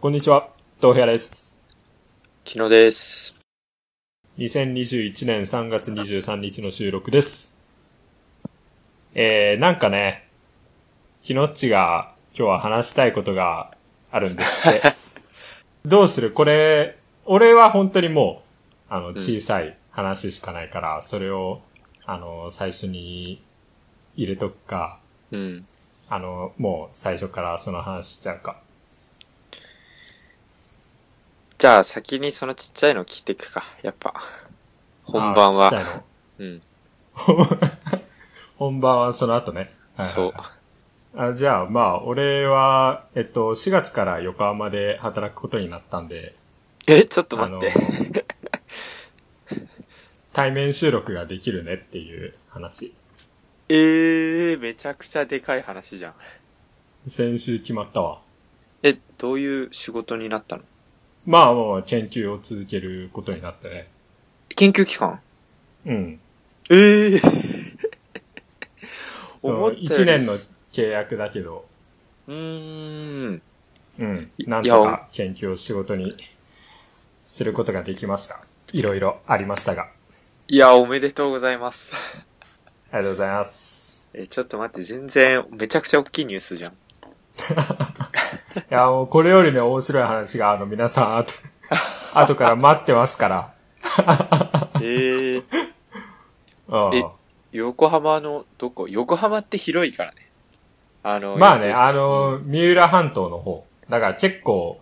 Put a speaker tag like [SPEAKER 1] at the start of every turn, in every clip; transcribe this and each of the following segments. [SPEAKER 1] こんにちは、東平です。
[SPEAKER 2] 昨日です。
[SPEAKER 1] 2021年3月23日の収録です。えー、なんかね、木のっちが今日は話したいことがあるんですって。どうするこれ、俺は本当にもう、あの、小さい話しかないから、それを、あの、最初に入れとくか、
[SPEAKER 2] うん。
[SPEAKER 1] あの、もう最初からその話しちゃうか。
[SPEAKER 2] じゃあ先にそのちっちゃいの聞いていくか。やっぱ。本番
[SPEAKER 1] あーちっちゃい
[SPEAKER 2] は。
[SPEAKER 1] の
[SPEAKER 2] うん。
[SPEAKER 1] 本番はその後ね。はいはいはい
[SPEAKER 2] そう。
[SPEAKER 1] あじゃあ、まあ、俺は、えっと、4月から横浜で働くことになったんで、
[SPEAKER 2] え、ちょっと待って
[SPEAKER 1] あ。の対面収録ができるねっていう話。
[SPEAKER 2] えー、めちゃくちゃでかい話じゃん。
[SPEAKER 1] 先週決まったわ。
[SPEAKER 2] え、どういう仕事になったの
[SPEAKER 1] まあ、もう研究を続けることになってね。
[SPEAKER 2] 研究機関
[SPEAKER 1] うん。
[SPEAKER 2] えー。
[SPEAKER 1] そ
[SPEAKER 2] 思
[SPEAKER 1] の
[SPEAKER 2] ったより
[SPEAKER 1] 1年の契約だけど、
[SPEAKER 2] うーん。
[SPEAKER 1] うん。
[SPEAKER 2] い
[SPEAKER 1] なんとか研究を仕事にすることができました。いろいろありましたが。
[SPEAKER 2] いや、おめでとうございます。
[SPEAKER 1] ありがとうございます。
[SPEAKER 2] え、ちょっと待って、全然、めちゃくちゃ大きいニュースじゃん。
[SPEAKER 1] いや、もうこれよりね、面白い話が、あの、皆さん、 あと、後から待ってますから。
[SPEAKER 2] え ー。
[SPEAKER 1] うん
[SPEAKER 2] え横浜のどこ横浜って広いからね。あの、
[SPEAKER 1] まあね、あの、三浦半島の方。だから結構、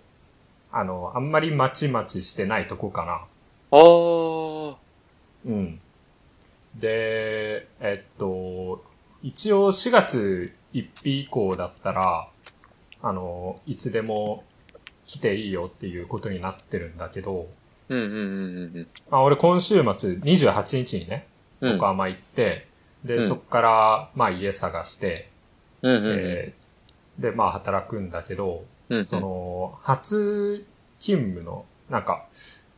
[SPEAKER 1] あの、あんまりまちまちしてないとこか
[SPEAKER 2] あー。
[SPEAKER 1] な。うん。で、えっと、一応4月1日以降だったら、あの、いつでも来ていいよっていうことになってるんだけど、
[SPEAKER 2] うんうんうんうんうん。
[SPEAKER 1] まあ俺今週末28日にね、
[SPEAKER 2] うん
[SPEAKER 1] 横浜行って、で、
[SPEAKER 2] うん
[SPEAKER 1] そっから、まあ家探して、
[SPEAKER 2] うんうん
[SPEAKER 1] えーで、まあ働くんだけど、
[SPEAKER 2] うんうん
[SPEAKER 1] その、初勤務の、なんか、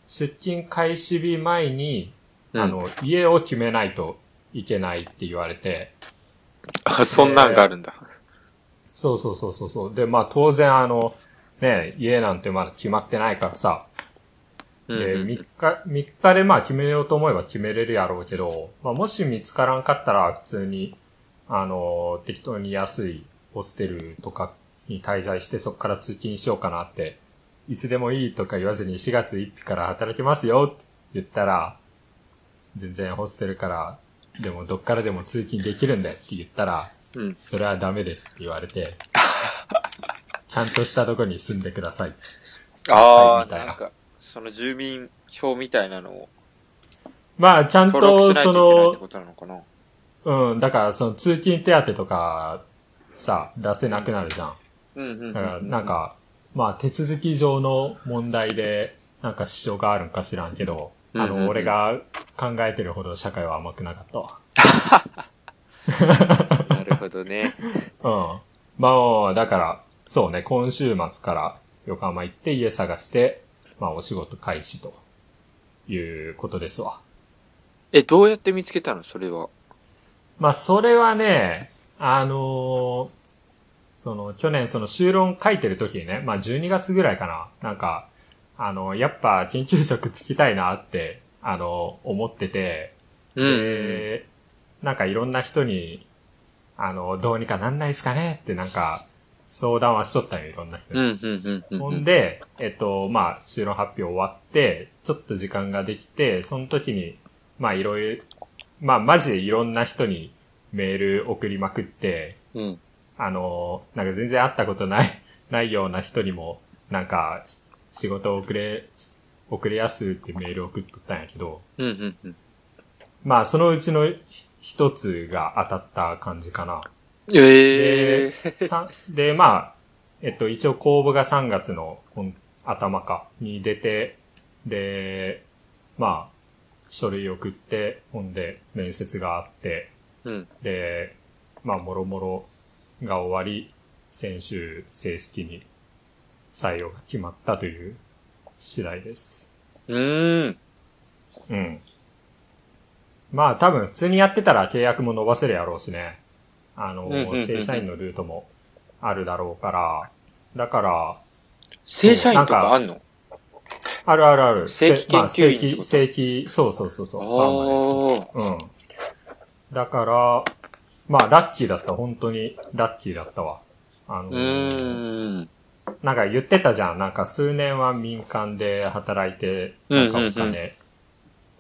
[SPEAKER 1] 出勤開始日前に、
[SPEAKER 2] うん
[SPEAKER 1] あの、家を決めないといけないって言われて、
[SPEAKER 2] あそんなんがあるんだ。
[SPEAKER 1] そうそうそうそうそう。で、まあ当然あの、ね、家なんてまだ決まってないからさ、で、
[SPEAKER 2] うんうん
[SPEAKER 1] 3日、3日でまあ決めようと思えば決めれるやろうけど、まあもし見つからんかったら普通に、あの、適当に安いホステルとかに滞在してそこから通勤しようかなって、いつでもいいとか言わずに4月1日から働けますよって言ったら、全然ホステルから、でもどっからでも通勤できるんだよって言ったら、
[SPEAKER 2] うん。
[SPEAKER 1] それはダメですって言われて、 ちゃんとしたとこに住んでください。
[SPEAKER 2] あ
[SPEAKER 1] み
[SPEAKER 2] あ、
[SPEAKER 1] たいな
[SPEAKER 2] なんか、その住民票みたいなのを
[SPEAKER 1] まあちゃん
[SPEAKER 2] 登録
[SPEAKER 1] と
[SPEAKER 2] しない
[SPEAKER 1] そ
[SPEAKER 2] といけないっ
[SPEAKER 1] の
[SPEAKER 2] て、ことなのかな。
[SPEAKER 1] うん、だからその通勤手当とかさ、出せなくなるじゃん。
[SPEAKER 2] うんうんうん。
[SPEAKER 1] だからなんか、まあ手続き上の問題で、なんか支障があるんか知らんけど、あ
[SPEAKER 2] うんうんう
[SPEAKER 1] の、
[SPEAKER 2] ん
[SPEAKER 1] 俺が考えてるほど社会は甘くなかったわ。
[SPEAKER 2] なるほどね。
[SPEAKER 1] うん。まあ、だから、そうね、今週末から横浜行って家探して、まあお仕事開始ということですわ。
[SPEAKER 2] え、どうやって見つけたのそれは。
[SPEAKER 1] まあ、それはね、あのーその、去年その修論書いてる時にね、まあ、12月ぐらいかな、なんか、あのやっぱ研究職つきたいなって、あの思ってて、
[SPEAKER 2] うん。
[SPEAKER 1] で、なんかいろんな人に、あの、どうにかなんないっすかねってなんか、相談はしとったんよ、いろんな人に。
[SPEAKER 2] うんうんうんう ん。
[SPEAKER 1] ほん、で、えっと、まあ、収録発表終わって、ちょっと時間ができて、その時に、まあ、いろいろ、まあ、マジでいろんな人にメール送りまくって、
[SPEAKER 2] うん。
[SPEAKER 1] あの、なんか全然会ったことない、 ないような人にも、なんか、し仕事を遅れ、遅れやすってメール送っとったんやけど、
[SPEAKER 2] うんうんうん。
[SPEAKER 1] まあ、そのうちのひ一つが当たった感じかな。
[SPEAKER 2] え
[SPEAKER 1] で
[SPEAKER 2] え。、
[SPEAKER 1] さで、まあ、えっと、一応公募が3月のほん頭か、に出て、で、まあ、書類送って、ほんで、面接があって、
[SPEAKER 2] うん。
[SPEAKER 1] で、まあ、もろもろが終わり、先週正式に採用が決まったという次第です。
[SPEAKER 2] うーん。
[SPEAKER 1] うん。まあ多分普通にやってたら契約も伸ばせるやろうしね。あの
[SPEAKER 2] うんうんうんう、ん
[SPEAKER 1] 正社員のルートもあるだろうから。だから、
[SPEAKER 2] 正社員とかあんの
[SPEAKER 1] あるあるある。
[SPEAKER 2] 正規
[SPEAKER 1] せまあ
[SPEAKER 2] 研究員ってこと
[SPEAKER 1] 正規、正規、そうそうそうそう。
[SPEAKER 2] あー
[SPEAKER 1] パーマネントうん。だから、まあ、ラッキーだった。本当に、ラッキーだったわ。あの
[SPEAKER 2] うーん。
[SPEAKER 1] なんか言ってたじゃん。なんか数年は民間で働いて、
[SPEAKER 2] うん
[SPEAKER 1] なんかお
[SPEAKER 2] うんうん
[SPEAKER 1] 金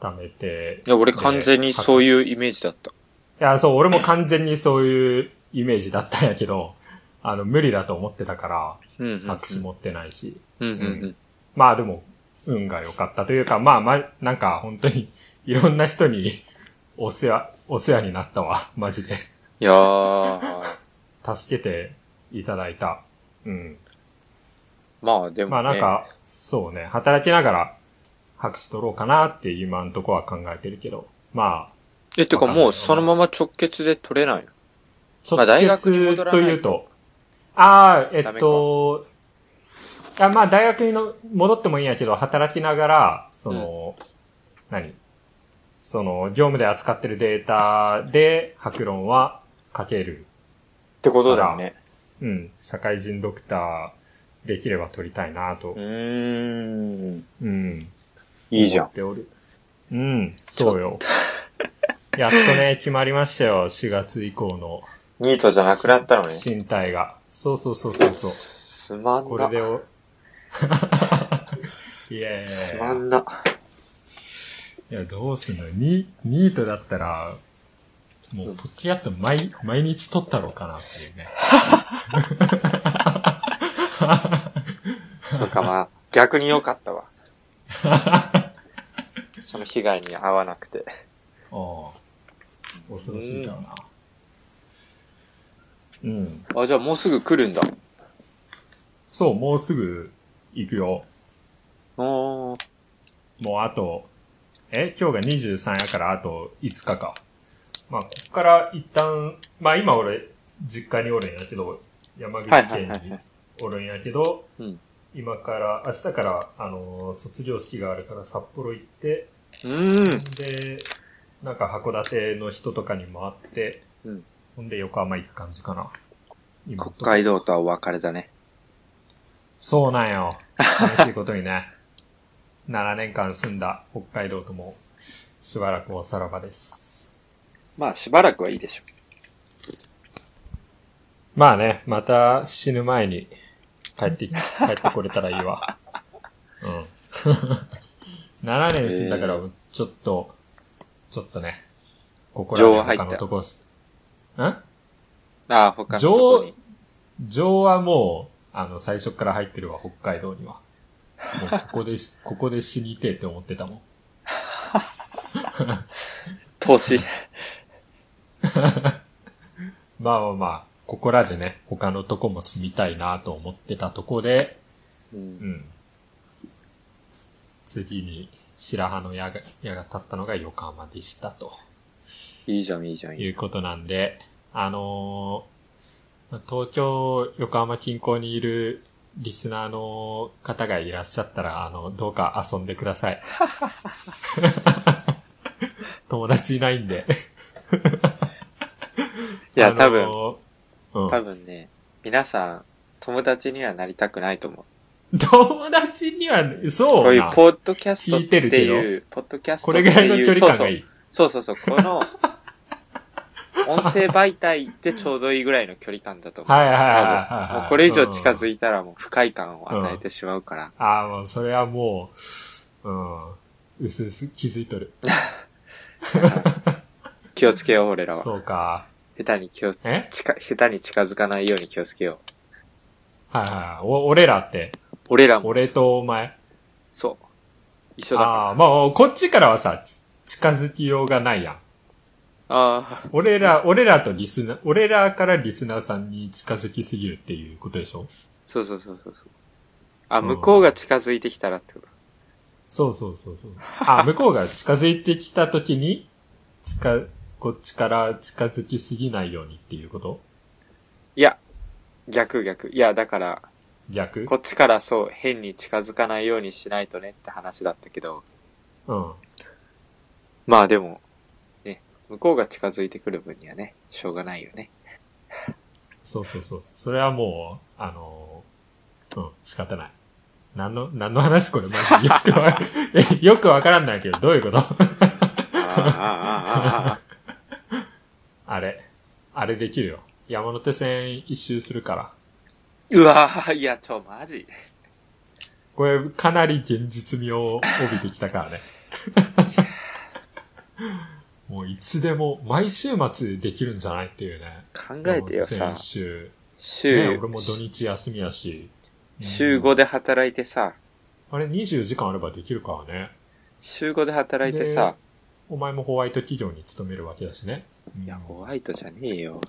[SPEAKER 1] 貯めて。
[SPEAKER 2] いや、俺完全にそう
[SPEAKER 1] う。
[SPEAKER 2] いうイメージだった。
[SPEAKER 1] いや、そう、俺も完全にそういうイメージだったんやけど、 あの、無理だと思ってたか
[SPEAKER 2] うんうんう
[SPEAKER 1] ら、
[SPEAKER 2] ん。
[SPEAKER 1] 白紙持ってないし。
[SPEAKER 2] うんうんうん。
[SPEAKER 1] まあでも、運が良かったというか、まあまあ、なんか本当に、 いろんな人に、 お世話、お世話になったわ。 マジで。
[SPEAKER 2] いやー。
[SPEAKER 1] 助けていただいた。うん。
[SPEAKER 2] まあでもね。
[SPEAKER 1] まあなんか、そうね、働きながら、拍手取ろうかなって今んとこは考えてるけど、まあ、
[SPEAKER 2] え、てか
[SPEAKER 1] わかんない
[SPEAKER 2] もうそのまま直結で取れないのま
[SPEAKER 1] 直
[SPEAKER 2] あ大学に
[SPEAKER 1] 結
[SPEAKER 2] 戻ら
[SPEAKER 1] と
[SPEAKER 2] ないと
[SPEAKER 1] いうと、ああ、え
[SPEAKER 2] ダ
[SPEAKER 1] っ
[SPEAKER 2] メか
[SPEAKER 1] と、あまあ大学にの戻ってもいいんやけど、働きながら、その、何その、業務で扱ってるデータで、白論は書ける。
[SPEAKER 2] ってことだよね。
[SPEAKER 1] うん、社会人ドクターできれば取りたいなと
[SPEAKER 2] う、ーん。
[SPEAKER 1] うん、
[SPEAKER 2] いいじゃ
[SPEAKER 1] 思
[SPEAKER 2] ん
[SPEAKER 1] っ。ておる。うん、そうよ。やっとね、決まりましたよ。4月以降の
[SPEAKER 2] ニートじゃなくなったのね。
[SPEAKER 1] 身体が。そうそうそうそうそう。
[SPEAKER 2] すまん
[SPEAKER 1] これ
[SPEAKER 2] な。
[SPEAKER 1] でお、 いやいやい
[SPEAKER 2] すま
[SPEAKER 1] や
[SPEAKER 2] んな。
[SPEAKER 1] いや、どうすんのニニートだったら、もう、ポッキャツ毎、毎日撮ったろうかなっていうね。
[SPEAKER 2] そうかまあ、逆に良かったわ。その被害に遭わなくて。
[SPEAKER 1] ああ。恐ろしいだろうな。うん。
[SPEAKER 2] あ、じゃあもうすぐ来るんだ。
[SPEAKER 1] そう、もうすぐ行くよ。
[SPEAKER 2] おー。
[SPEAKER 1] もうあと、え、今日が23やからあと5日か。まあ、こっから一旦、まあ今俺、実家におるんやけど、山
[SPEAKER 2] はい
[SPEAKER 1] 口
[SPEAKER 2] はい
[SPEAKER 1] 県
[SPEAKER 2] は
[SPEAKER 1] に
[SPEAKER 2] いはい。
[SPEAKER 1] おるんやけど、
[SPEAKER 2] うん。
[SPEAKER 1] 今から、明日から、あのー卒業式があるから札幌行って、
[SPEAKER 2] うーん。
[SPEAKER 1] で、なんか函館の人とかにも会って、
[SPEAKER 2] うん
[SPEAKER 1] ほんで横浜行く感じかな。今
[SPEAKER 2] 北海道とはお別れだね。
[SPEAKER 1] そうなんよ。寂しいことにね。7年間住んだ北海道とも、しばらくおさらばです。
[SPEAKER 2] まあしばらくはいいでしょ
[SPEAKER 1] まあね、また死ぬ前に帰って き、帰ってこれたらいいわ。うん。7年住ん だから、ちょっと、ちょっとね、ここら
[SPEAKER 2] 情は入
[SPEAKER 1] 辺
[SPEAKER 2] った
[SPEAKER 1] 他のとこす、ん
[SPEAKER 2] う。ああ、他のとこに。
[SPEAKER 1] 情はもう、あの、最初から入ってるわ、北海道には。もうここでし、ここで死にてえって思ってたもん。
[SPEAKER 2] 投資。
[SPEAKER 1] まあまあまあ、ここらでね、他のとこも住みたいなと思ってたとこで、
[SPEAKER 2] うん
[SPEAKER 1] うん。次に白羽の矢が矢が立ったのが横浜でしたと
[SPEAKER 2] いいじゃん、いいじゃん。いいじゃ
[SPEAKER 1] い
[SPEAKER 2] ん
[SPEAKER 1] うことなんで、あのーまあ東京、横浜近郊にいるリスナーの方がいらっしゃったら、あの、どうか遊んでください。 友達いないんで。
[SPEAKER 2] いや、
[SPEAKER 1] あのー
[SPEAKER 2] 多分、
[SPEAKER 1] うん、
[SPEAKER 2] 多分ね、皆さん、友達にはなりたくないと思う。
[SPEAKER 1] 友達には、そうな。
[SPEAKER 2] こういうポッドキャストっ
[SPEAKER 1] 聞いてる
[SPEAKER 2] て
[SPEAKER 1] けど
[SPEAKER 2] いう、ポッドキャスト
[SPEAKER 1] こ
[SPEAKER 2] って
[SPEAKER 1] れ
[SPEAKER 2] いう。
[SPEAKER 1] ぐらいの距離感がいい。
[SPEAKER 2] そうそうそうそう、この、音声媒体ってちょうどいいぐらいの距離感だと思う。
[SPEAKER 1] はいはいはいはいは
[SPEAKER 2] 多
[SPEAKER 1] い。
[SPEAKER 2] 分もうこれ以上近づ
[SPEAKER 1] いて。
[SPEAKER 2] いたらもう不快感を与えてしまうから。
[SPEAKER 1] ああ、もうそれはもう、うん。うすうす気づいとる。
[SPEAKER 2] 気をつけよう、俺らは。下
[SPEAKER 1] そうか。
[SPEAKER 2] 手に気をつ
[SPEAKER 1] え
[SPEAKER 2] 近、下手に近づかないように気をつけよう。
[SPEAKER 1] はいはい。お、俺らって。
[SPEAKER 2] 俺らも、
[SPEAKER 1] 俺とお前。
[SPEAKER 2] そう。一緒だから。
[SPEAKER 1] ああ、まあ、こっちからはさ、ち近づきようがないやん。
[SPEAKER 2] ああ、
[SPEAKER 1] 俺ら、俺らとリスナー、俺らからリスナーさんに近づきすぎるっていうことでしょ
[SPEAKER 2] そうそうそうそうそう。あ、向こうが近づいてきたらってこと。
[SPEAKER 1] そうそうそう そう。あ、向こうが近づいてきたときに、近、こっちから近づきすぎないようにっていうこと
[SPEAKER 2] いや、逆逆。いや、だから、
[SPEAKER 1] 逆
[SPEAKER 2] こっちからそう、変に近づかないようにしないとねって話だったけど、
[SPEAKER 1] うん。
[SPEAKER 2] まあでも、ね、向こうが近づいてくる分にはね、しょうがないよね。
[SPEAKER 1] そうそうそう。それはもう、あのーうん、仕方ない。何の、何の話これマジで。よくわ、 えよくわからんないけど、どういうこと
[SPEAKER 2] あーあーあーあーあ
[SPEAKER 1] あれ。あれできるよ。山手線一周するから。
[SPEAKER 2] ーうわーいや、ちょ、マジ。
[SPEAKER 1] これ、かなり現実味を帯びてきたから ね。もういつでも、毎週末できるんじゃないっていうね。
[SPEAKER 2] 考えて
[SPEAKER 1] 山
[SPEAKER 2] よ、
[SPEAKER 1] 手
[SPEAKER 2] さ
[SPEAKER 1] 線一、周。ね、
[SPEAKER 2] 週
[SPEAKER 1] 俺、も土日休みやし。
[SPEAKER 2] 週
[SPEAKER 1] うん
[SPEAKER 2] 5で働いてさ、
[SPEAKER 1] あれ24時間あればできるからね。
[SPEAKER 2] 週5で働いてさ、
[SPEAKER 1] お前もホワイト企業に勤めるわけだしね。うん
[SPEAKER 2] いや、ホワイトじゃねえよ。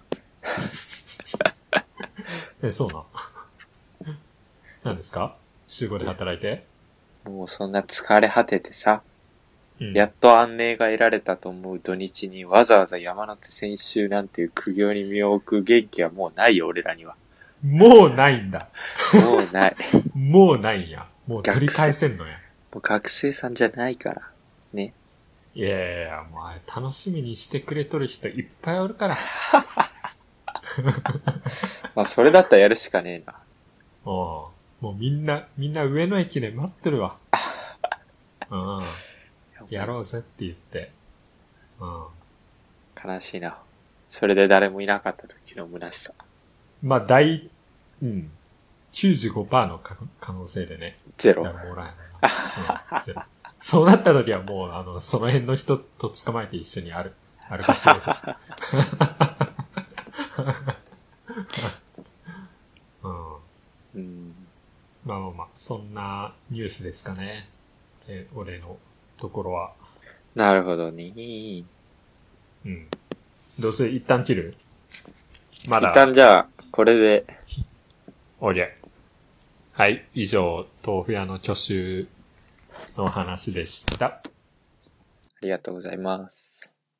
[SPEAKER 1] え、そうなん。 何ですか週5で働いて、
[SPEAKER 2] もうそんな疲れ果ててさ、
[SPEAKER 1] うん、
[SPEAKER 2] やっと安寧が得られたと思う土日にわざわざ山手線一周なんていう苦行に身を置く元気はもうないよ、俺らには。
[SPEAKER 1] もうないんだ。
[SPEAKER 2] もうない。
[SPEAKER 1] もうないんや。もう取り返せんのや。
[SPEAKER 2] もう学生さんじゃないから。ね。
[SPEAKER 1] いやいやいや、もうあれ楽しみにしてくれとる人いっぱいおるから。
[SPEAKER 2] まあ、それだったらやるしかねえな。
[SPEAKER 1] うん。もうみんな、みんな上の駅で待って るわ。うん。やろうぜって言って。うん。
[SPEAKER 2] 悲しいな。それで誰もいなかった時の虚しさ。
[SPEAKER 1] まあ、大、うん。95%の可可能性でね。
[SPEAKER 2] ゼロ
[SPEAKER 1] 誰。もおらんやろな。うんゼロそうなった時はもう、あの、その辺の人と捕まえて一緒に 歩、歩かせようと。うん。
[SPEAKER 2] うん。
[SPEAKER 1] まあまあまあ、そんなニュースですかね。え俺のところは。
[SPEAKER 2] なるほどね。一
[SPEAKER 1] うん。どうせ一旦切るまだ。
[SPEAKER 2] 旦じゃあ、これで、
[SPEAKER 1] OK。はい。以上、豆腐屋の挙手の話でした。
[SPEAKER 2] ありがとうございます。